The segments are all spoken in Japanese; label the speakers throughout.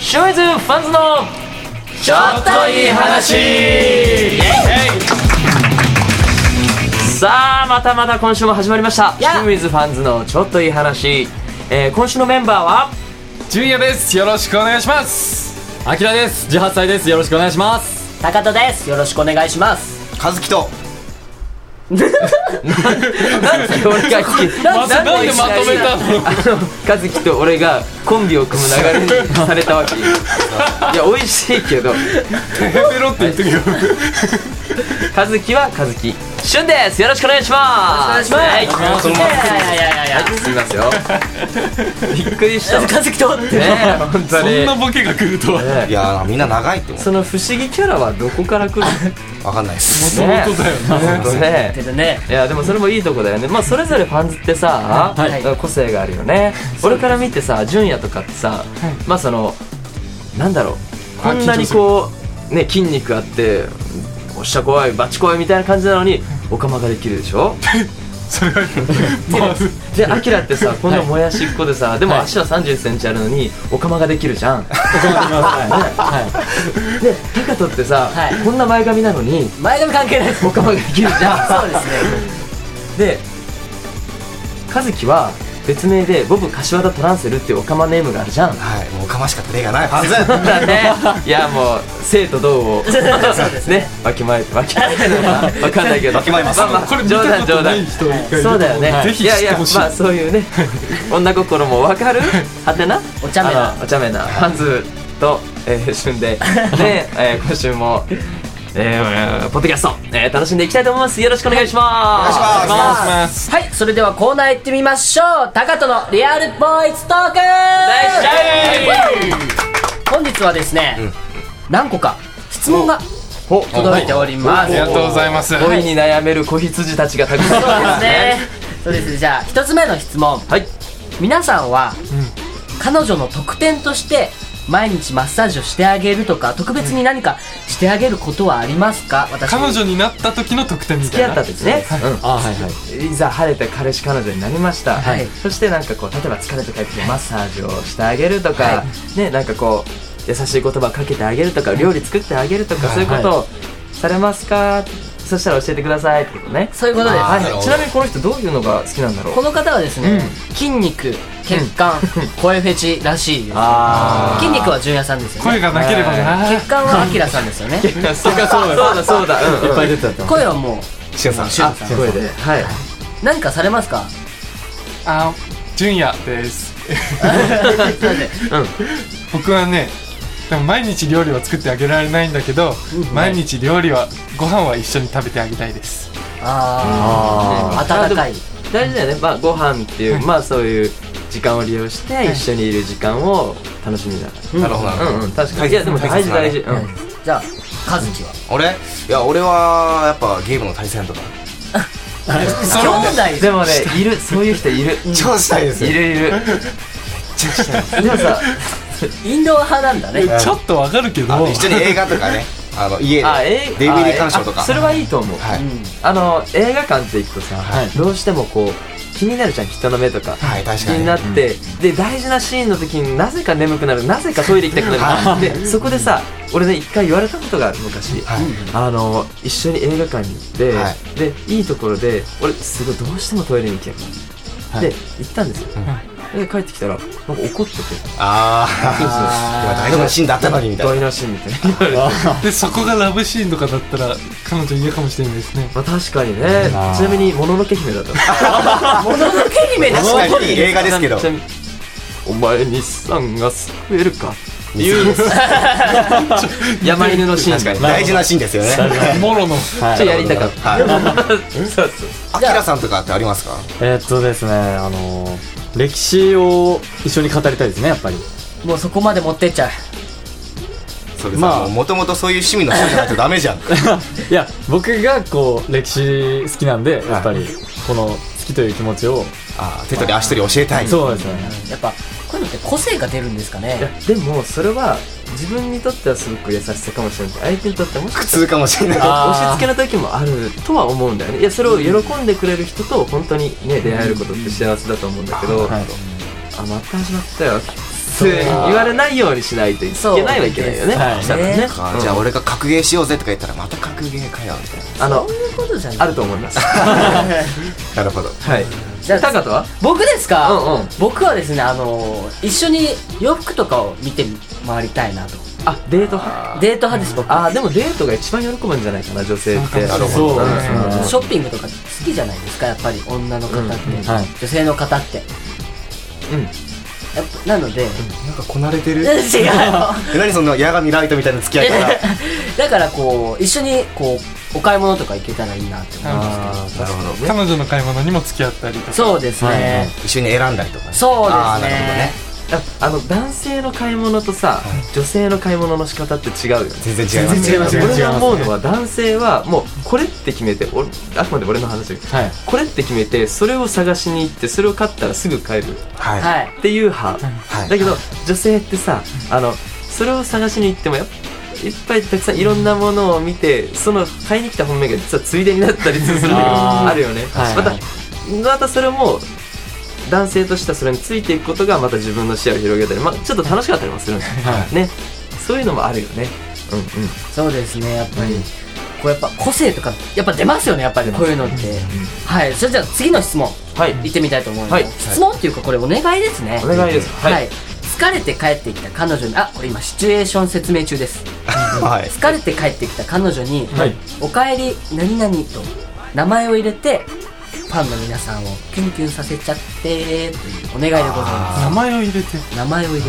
Speaker 1: 清水ファンズの
Speaker 2: ちょっといい話
Speaker 1: さあまたまた今週も始まりました
Speaker 2: や
Speaker 1: 清水ファンズのちょっといい話、えー、今週のメンバーは
Speaker 3: ジュニアですよろしくお願いしますアキラです18歳ですよろしくお願いします
Speaker 2: 高田ですよろしくお願いします
Speaker 4: 和樹と
Speaker 1: 俺が好き
Speaker 2: なんで
Speaker 1: なんで
Speaker 3: まとめたの
Speaker 1: あの和樹と俺がコンビを組む流れにされたわけいや美味しいけど
Speaker 3: ペロって言ってくよ
Speaker 1: 和樹は和樹俊ですよろしくお願いしますはい
Speaker 2: いやいやいやいやいや
Speaker 1: すいますよびっくりしたわね
Speaker 2: 和樹とって
Speaker 1: え本当
Speaker 3: そ
Speaker 1: に
Speaker 3: んなボケが来るとはも
Speaker 4: いやーみんな長いって思
Speaker 1: その不思議キャラはどこから来るの
Speaker 4: うわかんないです
Speaker 3: ともとだよな
Speaker 1: ね
Speaker 2: けどね
Speaker 1: いやでもそれもいいとこだよねまあそれぞれファンズってさ、
Speaker 2: はい
Speaker 1: 個性があるよね俺から見てさ純也とかってさ、まあそのなんだろうこ
Speaker 3: あ
Speaker 1: んなにこうね筋肉あっておっしゃ怖いバチ怖いみたいな感じなのにお釜ができるでしょ
Speaker 3: それがまず
Speaker 1: でアキラってさこんなもやしっこでさ、でも足は3 0ンチあるのにお釜ができるじゃんねでタカトってさ、
Speaker 2: はい
Speaker 1: こんな前髪なのに
Speaker 2: 前髪関係ないです
Speaker 1: お釜ができるじゃん
Speaker 2: そうですね
Speaker 1: で和樹は別名でボブ柏田トランセルっていうオカマネームがあるじゃん
Speaker 4: はいもうかましかった例がないはず
Speaker 1: だね いやもう生と同を
Speaker 2: そうです
Speaker 1: ねわきまえてわきまえてるのかわかんないけど
Speaker 4: わきまえます
Speaker 1: ああ
Speaker 3: これ見た
Speaker 1: 冗談
Speaker 3: こと
Speaker 1: 冗
Speaker 3: ない
Speaker 1: 談
Speaker 3: 人一回いると思
Speaker 1: そうだよね、
Speaker 3: はいぜひ知ってほしい
Speaker 1: やいやまあそういうね女心もわかるはてな
Speaker 2: お茶目な
Speaker 1: あのお茶目なハンズと、えー、旬でね、えー、今週もえーえーポッドキャスト、えー、楽しんでいきたいと思いますよろしくお願いします
Speaker 4: お願いします
Speaker 3: す
Speaker 2: はいそれではコーナー行ってみましょう高田のリアルボーイズトーク本日はですね何個か質問が
Speaker 1: ほ
Speaker 2: 届いております
Speaker 3: ありがとうございます
Speaker 1: 恋に悩める子羊たちがたくさん
Speaker 2: そうですね。そうですね。じゃあ一つ目の質問。
Speaker 1: はい
Speaker 2: 皆さんは、彼女の特典として毎日マッサージをしてあげるとか特別に何かしてあげることはありますか？私
Speaker 3: 彼女になった時の特典み
Speaker 1: 付
Speaker 3: た
Speaker 1: き
Speaker 3: い
Speaker 1: 合っ
Speaker 3: な
Speaker 1: た時ね、
Speaker 3: あはいはい
Speaker 1: うんいざ晴れて彼氏彼女になりました、
Speaker 2: はい
Speaker 1: そしてなんかこう例えば疲れて帰ってきてマッサージをしてあげるとか、ねなんかこう優しい言葉かけてあげるとか料理作ってあげるとか、そういうことをされますかそしたら教えてくださいってことね
Speaker 2: そういうことです。
Speaker 1: はい
Speaker 4: なるほど
Speaker 1: ちなみにこの人どういうのが好きなんだろう
Speaker 2: この方はですね、筋肉、血管、声フェチらしいです。
Speaker 1: あ
Speaker 2: 筋肉は純也さんですよ
Speaker 3: 声
Speaker 2: ね。
Speaker 3: がなければな
Speaker 2: 血管はアキラさんですよね。
Speaker 1: あそうだそうだそうだうんうん
Speaker 5: いっぱい出てたと思う
Speaker 2: 声はも
Speaker 4: しゅんさん
Speaker 1: あ声ではいう
Speaker 2: 何かされますか？
Speaker 3: あ純也です僕はねでも毎日料理は作ってあげられないんだけど毎日料理はご飯は一緒に食べてあげたいです
Speaker 2: ああ、温かい。
Speaker 1: 大事だよね、まあ、ご飯っていう、まあそういう時間を利用して一緒にいる時間を楽しみなが
Speaker 4: なるほどなる
Speaker 1: ら、
Speaker 4: ほ
Speaker 1: う
Speaker 4: ど
Speaker 1: んうん確かにいやでも大事大事、うん、
Speaker 2: じゃあ、和樹は。
Speaker 4: 俺いや俺はやっぱゲームの対戦とか
Speaker 2: 兄弟
Speaker 1: でもねいるそういう人いる
Speaker 4: 超したいです
Speaker 1: い
Speaker 4: よ
Speaker 1: るいるでもさ
Speaker 2: インドア派なんだね。
Speaker 3: ちょっとわかるけど
Speaker 4: あと一緒に映画と かねあの家で
Speaker 1: あえ
Speaker 4: DVD 鑑賞とか
Speaker 1: あそれはいいと思う、
Speaker 4: はい
Speaker 1: あの映画館って行くとさ、どうしてもこう気になるじゃん人の目とか、
Speaker 4: はい確
Speaker 1: 気
Speaker 4: か
Speaker 1: に
Speaker 4: に
Speaker 1: なって、で大事なシーンの時になぜか眠くなるなぜかトイレ行きたくなるでそこでさ俺ね一回言われたことがある昔、
Speaker 4: はい
Speaker 1: あの一緒に映画館に行って、、
Speaker 4: はい
Speaker 1: でいいところで俺すごいどうしてもトイレに行きたくなる、で行ったんですよ、で帰ってきたらなんか怒ってて
Speaker 4: ああ今大事なシーンだったのにみたいな
Speaker 1: 台無しみたいな 言われて
Speaker 3: でそこがラブシーンとかだったら彼女嫌かもしれないですね
Speaker 1: まあ確かにねちなみにもののけ姫だった
Speaker 2: もののけ姫だ。
Speaker 4: 確かにいい映画ですけど
Speaker 1: ちなみにお前日産が救える か言う山犬のシーン
Speaker 4: 確かに大事なシーンですよね
Speaker 3: モロの
Speaker 1: ちょっとやりたかった
Speaker 4: はい
Speaker 1: そうそう
Speaker 4: あきらさんとかってありますか
Speaker 5: えーっとですねあのー、歴史を一緒に語りたいですねやっぱり
Speaker 2: もうそこまで持ってっちゃう。
Speaker 4: それ
Speaker 5: まあ
Speaker 4: さもともとそういう趣味の人じゃないとダメじゃ ん
Speaker 5: いや僕がこう歴史好きなんでやっぱりこの好きという気持ちを
Speaker 4: あー手取り足取り教えたい
Speaker 5: そうですね
Speaker 2: やっぱ、こういうのって個性が出るんですか
Speaker 1: いや
Speaker 2: ね。
Speaker 1: でもそれは自分にとってはすごく優しさかもしれないけど相手にとってはもしか
Speaker 4: 苦
Speaker 1: したら
Speaker 4: 痛かもしれない
Speaker 5: あー
Speaker 1: 押し付けの時もあるとは思うんだよねいやそれを喜んでくれる人と本当にね出会えることって幸せだと思うんだけど、
Speaker 5: はい
Speaker 1: あまた始まったよ通に言われないようにしないといけないはいけないよね
Speaker 5: そう
Speaker 1: したらね
Speaker 2: ね
Speaker 4: かじゃあ俺が格ゲーしようぜとか言ったらまた格ゲーかよみたい
Speaker 1: あの
Speaker 2: そういうことじゃ
Speaker 1: あ
Speaker 2: ない
Speaker 1: ると思います
Speaker 4: ななるほど
Speaker 1: はい
Speaker 2: じゃあ
Speaker 1: タカトは
Speaker 2: 僕ですか、
Speaker 1: うんうん
Speaker 2: 僕はですねあの一緒に洋服とかを見て回りたいなと
Speaker 1: あデート派
Speaker 2: デート派です僕
Speaker 1: あーでもデートが一番喜ぶんじゃないかな女性って
Speaker 4: なるほ
Speaker 5: そうね
Speaker 1: うん
Speaker 2: ショッピングとか好きじゃないですかやっぱり女の方
Speaker 1: う
Speaker 2: って、
Speaker 1: ん
Speaker 5: はい
Speaker 2: 女性の方って
Speaker 1: うん
Speaker 2: やっぱなので、
Speaker 4: なんかこなれて
Speaker 2: 違う
Speaker 4: るえ何その矢神ライトみたいな付き合いから
Speaker 2: だからこう一緒にこうお買い物とか行けたらいいなって思う
Speaker 4: あーなるほどね
Speaker 3: 彼女の買い物にも付き合ったりとか
Speaker 2: そうですね、
Speaker 4: 一緒に選んだりとかね
Speaker 2: そうですね
Speaker 4: あーなるほどね
Speaker 1: ああの男性の買い物とさ、女性の買い物の仕方って違うよね
Speaker 4: 全然違います
Speaker 5: 全然違いますね
Speaker 1: 俺が思うのは男性はもうこれって決めて俺あくまで俺の話だけど
Speaker 5: はい
Speaker 1: これって決めてそれを探しに行ってそれを買ったらすぐ帰る
Speaker 4: はいはい
Speaker 2: はい
Speaker 1: っていう派、
Speaker 4: はい
Speaker 1: だけど女性ってさあのそれを探しに行ってもやっぱいっぱいたくさんいろんなものを見てその買いに来た本命が実はついでになったりする時
Speaker 5: あ
Speaker 1: が
Speaker 5: ー
Speaker 1: あるよね、
Speaker 5: はい
Speaker 1: またまたそれも男性としてはそれについていくことがまた自分の視野を広げたり、まあ、ちょっと楽しかったりもするんだよね,、
Speaker 5: は
Speaker 1: ねそういうのもあるよねうんうん
Speaker 2: そうですねやっぱり、こうやっぱ個性とかやっぱ出ますよねやっぱりこういうのって、はいそれじゃあ次の質問
Speaker 1: はい
Speaker 2: 行ってみたいと思います、
Speaker 1: はい
Speaker 2: 質問っていうかこれお願いですね
Speaker 1: お願いです
Speaker 2: はい、疲れて帰ってきた彼女にあこれ今シチュエーション説明中です
Speaker 4: はい
Speaker 2: 疲れて帰ってきた彼女に「
Speaker 5: はい
Speaker 2: おかえり何々」と名前を入れてファンの皆さんをキュンキュンさせちゃってというお願いでございま
Speaker 3: 名前を入れて
Speaker 2: す名前を入れて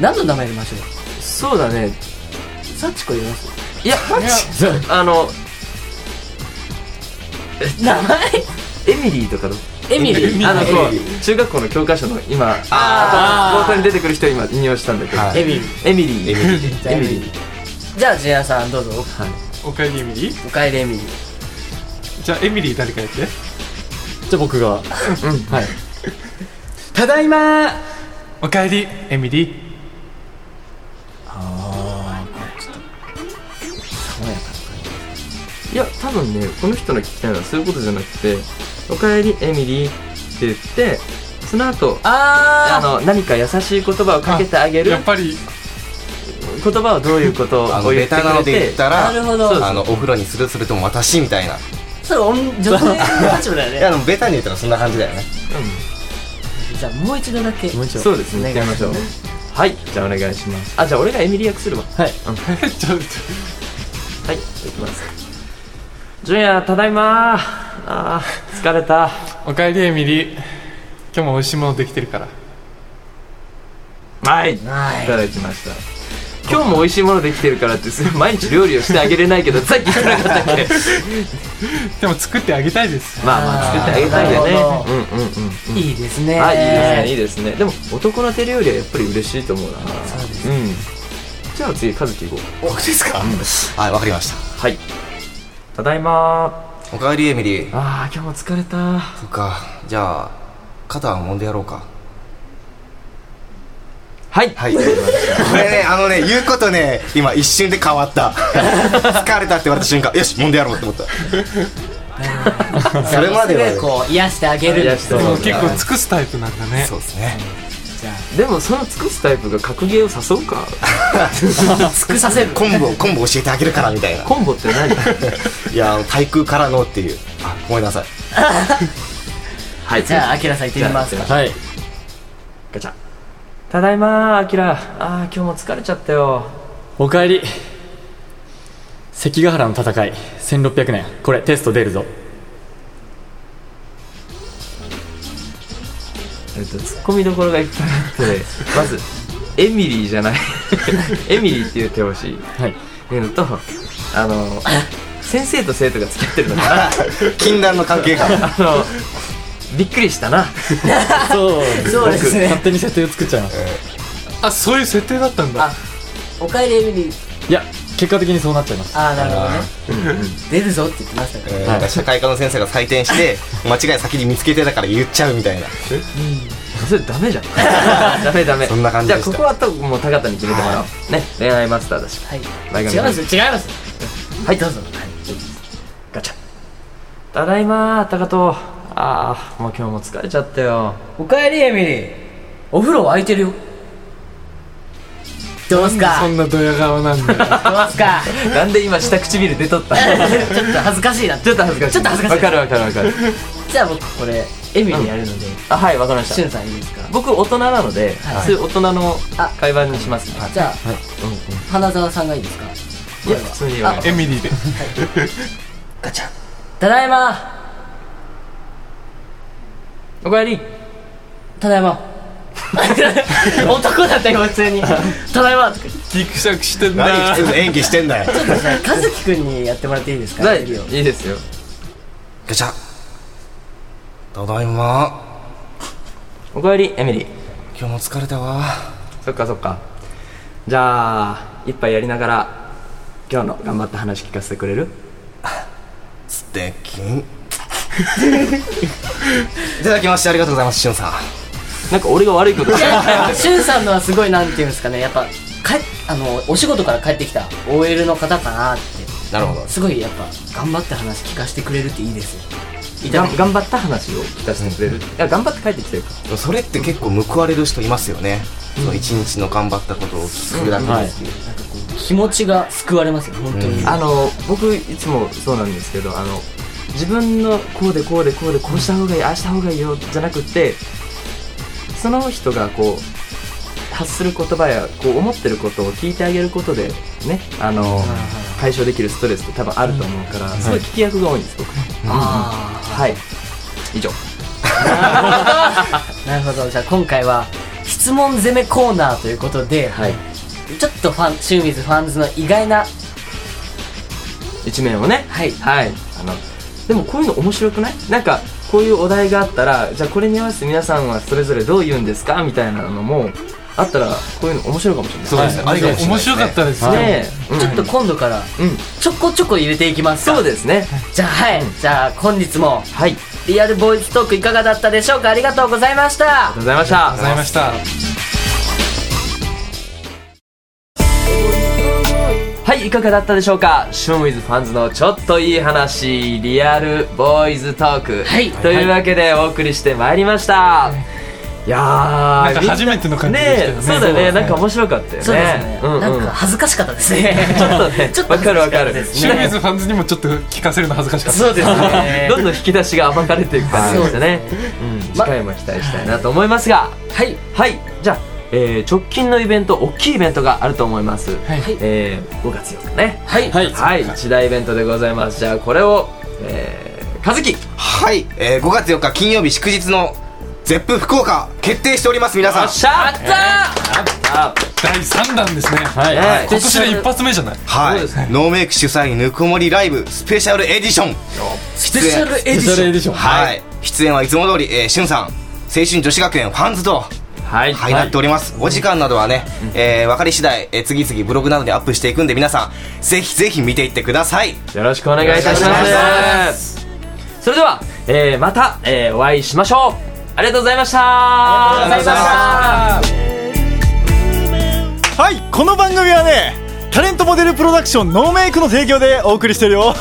Speaker 2: 何の名前入れましょう
Speaker 1: そうだね
Speaker 2: サチコ入れます
Speaker 1: いやあの
Speaker 2: 名前
Speaker 1: エミリーとかの
Speaker 2: エミリー
Speaker 1: あの
Speaker 2: あ
Speaker 1: こう中学校の教科書の今あ冒頭に出てくる人今引用したんだけど、
Speaker 4: は
Speaker 2: の
Speaker 4: い
Speaker 2: エミリー
Speaker 1: エミリー
Speaker 4: エミリー
Speaker 1: エミリー
Speaker 2: じゃあジェアさんどうぞ
Speaker 1: はい
Speaker 3: おかえりエミリー
Speaker 2: おかえりエミリー
Speaker 3: じゃあエミリー誰かやって
Speaker 5: じゃあ僕がはいただいまー
Speaker 3: おかえりエミリー
Speaker 1: いや多分ねこの人の聞きたいのはそういうことじゃなくて「おかえりエミリー」って言ってその後あ
Speaker 2: あ
Speaker 1: の何か優しい言葉をかけてあげる
Speaker 3: やっぱり
Speaker 1: 言葉はどういうこと
Speaker 4: あ
Speaker 1: を
Speaker 4: の
Speaker 1: 言
Speaker 4: ベ
Speaker 1: って
Speaker 4: タ
Speaker 1: く
Speaker 4: なの
Speaker 1: れ
Speaker 4: で言ってたら
Speaker 2: なるほど
Speaker 4: あのお風呂にするするとも私みたいな
Speaker 2: ーそれ女性の立場だ
Speaker 4: い
Speaker 2: よ
Speaker 4: や
Speaker 2: ね
Speaker 4: でもベタに言ったらそんな感じだよね
Speaker 2: じゃあもう一度だけ
Speaker 5: もう一
Speaker 1: うん
Speaker 5: 度
Speaker 1: そうですね
Speaker 2: お
Speaker 1: 行
Speaker 2: 願
Speaker 1: き
Speaker 2: い
Speaker 1: ましょ
Speaker 2: しま
Speaker 1: う
Speaker 2: す
Speaker 1: はいじゃあお願いしますあじゃあ俺がエミリー役するわ
Speaker 5: はい
Speaker 3: ちょっと
Speaker 1: はい、行きます。ジュニア、ただいまー。あー、疲れた。
Speaker 3: おかえりエミリー今日も美味しいものできてるから
Speaker 1: はい、い
Speaker 2: はい
Speaker 1: ただきました。今日も美味しいものできてるからって、それ毎日料理をしてあげれない けど、さっき言ってなかったっけ
Speaker 3: でも作ってあげたいです
Speaker 1: まあまあ、作ってあげたいよね。うんうんうん。
Speaker 2: いいですね
Speaker 1: あ、いいですね、いいですね。でも、男の手料理はやっぱり嬉しいと思うな。そうですうん。じゃあ次、カズキ行こう。
Speaker 4: 僕ですかはいわかりまし
Speaker 1: はい。ただいま
Speaker 4: たおかえりエミリー
Speaker 1: ー。あー、今日も疲れたー。
Speaker 4: そっかじゃあ肩は揉んでやろうか
Speaker 1: はい。
Speaker 4: はいこれねあのね言うことね今一瞬で変わった疲れたって言われた瞬間よし揉んでやろうって思 ったそれまではね
Speaker 2: すごいこう癒してあげる
Speaker 1: 癒して
Speaker 3: でも
Speaker 1: そう
Speaker 3: 結構尽くすタイプなんだね
Speaker 4: そうですね
Speaker 1: でも、その尽くすタイプが格ゲーを誘うか。
Speaker 2: 尽くさせる
Speaker 4: 昆布を昆布教えてあげるからみたいな
Speaker 1: コンボって何
Speaker 4: いや対空からのっていうあごめんなさい
Speaker 1: はい。
Speaker 2: じゃあアキラさん行ってみますか
Speaker 5: はい
Speaker 1: ガチャただいまーアキラあー今日も疲れちゃったよ
Speaker 5: おかえり関ヶ原の戦い1600年これテスト出るぞ
Speaker 1: えっとツッコミどころがいっぱいあって まずエミリーじゃない エミリーって言ってほしいっ
Speaker 5: はい
Speaker 1: ていうのとあの先生と生徒が付き合ってるの かな
Speaker 4: 禁断の関係が
Speaker 1: あのびっくりしたな
Speaker 5: そう
Speaker 2: そうですね
Speaker 5: 僕勝手に設定を作っちゃいました
Speaker 3: あそういう設定だったんだ
Speaker 2: あおかえりエミリー
Speaker 5: いや結果的にそうなっちゃいました
Speaker 2: ああなるほどね出るぞって言ってましたから
Speaker 4: なんか社会科の先生が採点して間違い先に見つけてたから言っちゃうみたいな
Speaker 1: それダメじゃ んダメダメ
Speaker 4: そんな感じでした
Speaker 1: じゃあここはともう高田に決めてもらおうね恋愛マスターだし
Speaker 2: はい
Speaker 1: 前
Speaker 2: 違い
Speaker 1: 髪
Speaker 2: ます違いますはいどうぞはい
Speaker 1: ガチャただいまー高とああもう今日も疲れちゃったよ
Speaker 2: おかえりエミリーお風呂は空いてるよどうすか
Speaker 3: そんなドヤ顔なんだよ
Speaker 2: どうすか
Speaker 1: なんで今下唇出とったの
Speaker 2: ちょっと恥ずかしいな
Speaker 1: ちょっと恥ずかしい
Speaker 2: ちょっと恥ずかしい
Speaker 1: わかるわかるわかる
Speaker 2: じゃあ僕これエミでやるので、
Speaker 1: あはいわかりま
Speaker 2: しゅ
Speaker 1: し
Speaker 2: ん
Speaker 1: た
Speaker 2: さんいいですか
Speaker 1: 僕大人なので、
Speaker 2: はい
Speaker 1: そういう大人の
Speaker 2: あ
Speaker 1: 会話にしますね、
Speaker 2: じゃ
Speaker 1: う
Speaker 2: あ、
Speaker 1: んうん
Speaker 2: 花澤さんがいいですか
Speaker 1: いや普通に言わない
Speaker 3: エミリーで
Speaker 2: ガチャンただいま
Speaker 1: おかえり
Speaker 2: ただ いま男だったよ普通にただいまとか
Speaker 3: ギクシャクしてん
Speaker 4: 何
Speaker 3: な
Speaker 4: 普通の演技してん だよ
Speaker 2: 和樹くんにやってもらっていいですか
Speaker 1: はいい
Speaker 2: 次を
Speaker 1: いですよ
Speaker 4: ガチャただいま
Speaker 1: おかえりエミリー
Speaker 4: 今日も疲れたわ
Speaker 1: そっかそっかじゃあ一杯やりながら今日の頑張った話聞かせてくれる
Speaker 4: 素敵いただきましてありがとうございますしゅんさん
Speaker 1: なんか俺が悪いことし
Speaker 2: い
Speaker 1: た
Speaker 2: やしゅんさんのはすごいなんていうんですかねやっぱかあのお仕事から帰ってきた OL の方かなって
Speaker 4: なるほど
Speaker 2: すごいやっぱ頑張って話聞かせてくれるっていいですよいた
Speaker 1: が
Speaker 2: だ
Speaker 1: ん頑張った話を聞かせてくれる、いや頑張って帰ってきてるか
Speaker 4: それって結構報われる人いますよね、その一日の頑張ったことを聞くだけでっていう、
Speaker 2: 気持ちが救われますよ本当に、
Speaker 1: あの僕いつもそうなんですけどあの自分のこうでこうでこうでこうした方がいいああした方がいいよじゃなくてその人がこう発する言葉やこう思ってることを聞いてあげることでねあの解消できるストレスって多分あると思うから、すごい聞き役が多いんです僕
Speaker 2: あ
Speaker 1: はい以上
Speaker 2: あなるほどじゃあ今回は質問攻めコーナーということで、
Speaker 1: はい
Speaker 2: ちょっとファンシュンウィズファンズの意外な
Speaker 1: 一面をね
Speaker 2: はい
Speaker 1: はいあのでもこういうの面白くないなんかこういうお題があったらじゃあこれに合わせて皆さんはそれぞれどう言うんですかみたいなのもあったらこういうの面白いかもしれない
Speaker 4: そうですね、
Speaker 3: あれが面白かった
Speaker 4: で
Speaker 3: ですね
Speaker 1: ねえ、うん
Speaker 2: ちょっと今度から
Speaker 1: うん
Speaker 2: ちょこちょこ入れていきますか
Speaker 1: そうですね
Speaker 2: じゃあはい、じゃあ本日も
Speaker 1: はいありが
Speaker 2: リアルボーイズトークいかがだったでしょうかありがとうございました
Speaker 1: とうございました
Speaker 3: ありがとうございました
Speaker 1: はいいかがだったでしょうか「シュンウィズファンズのちょっといい話リアルボーイズトーク」
Speaker 2: はい
Speaker 1: というわけでお送りしてまいりました、い、やー
Speaker 3: なんか初めての感じでしたよ
Speaker 1: ね
Speaker 3: ね
Speaker 1: えそうだよ
Speaker 3: そう
Speaker 1: ね
Speaker 3: ですね
Speaker 1: なんか面白かったよね
Speaker 2: そうですね、
Speaker 1: うんうん、
Speaker 2: なんか恥ずかしかったですね
Speaker 1: ちょっとね
Speaker 2: ちょっと
Speaker 1: わかるわかる
Speaker 3: シューミーズファンズにもちょっと聞かせるの恥ずかしかった
Speaker 2: そうですね
Speaker 1: どんどん引き出しが暴かれていく感じでしたねうん、次回も期待したいなと思いますが
Speaker 2: はい
Speaker 1: はいじゃあ、えー直近のイベント大きいイベントがあると思います、
Speaker 3: はい
Speaker 1: えー5月4日ね
Speaker 2: はい、
Speaker 5: はい
Speaker 1: はい一大イベントでございますじゃあこれをえー、和樹
Speaker 4: はい、えー、5月4日金曜日祝日の絶プ福岡決定しております皆さん
Speaker 1: しゃったあ
Speaker 3: 第3弾ですね
Speaker 5: はい、
Speaker 1: ね
Speaker 3: 今年で一発目じゃない
Speaker 4: はい、
Speaker 1: そうですね
Speaker 4: ノーメイク主催ぬくもりライブスペシャルエディション
Speaker 2: スペシャルエディ
Speaker 5: ス
Speaker 2: シ
Speaker 5: ペシャル
Speaker 2: ョ
Speaker 5: エ
Speaker 2: ン
Speaker 5: ディション
Speaker 4: はい、出演はいつも通り、えー、しゅんさん青春女子学園ファンズと
Speaker 1: はい
Speaker 4: はい、なっております、お時間などはね、えー、分かり次第、えー、次々ブログなどにアップしていくんで皆さんぜひぜひ見ていってください
Speaker 1: よろしくお願いいたし
Speaker 4: よろしくお
Speaker 1: ま
Speaker 4: 願い
Speaker 1: すそれでは、えー、また、えー、お会いしましょうありがとうございましたあ
Speaker 4: りがとうございました
Speaker 6: はいこの番組はねタレントモデルプロダクションノーメイクの提供でお送りしてるよ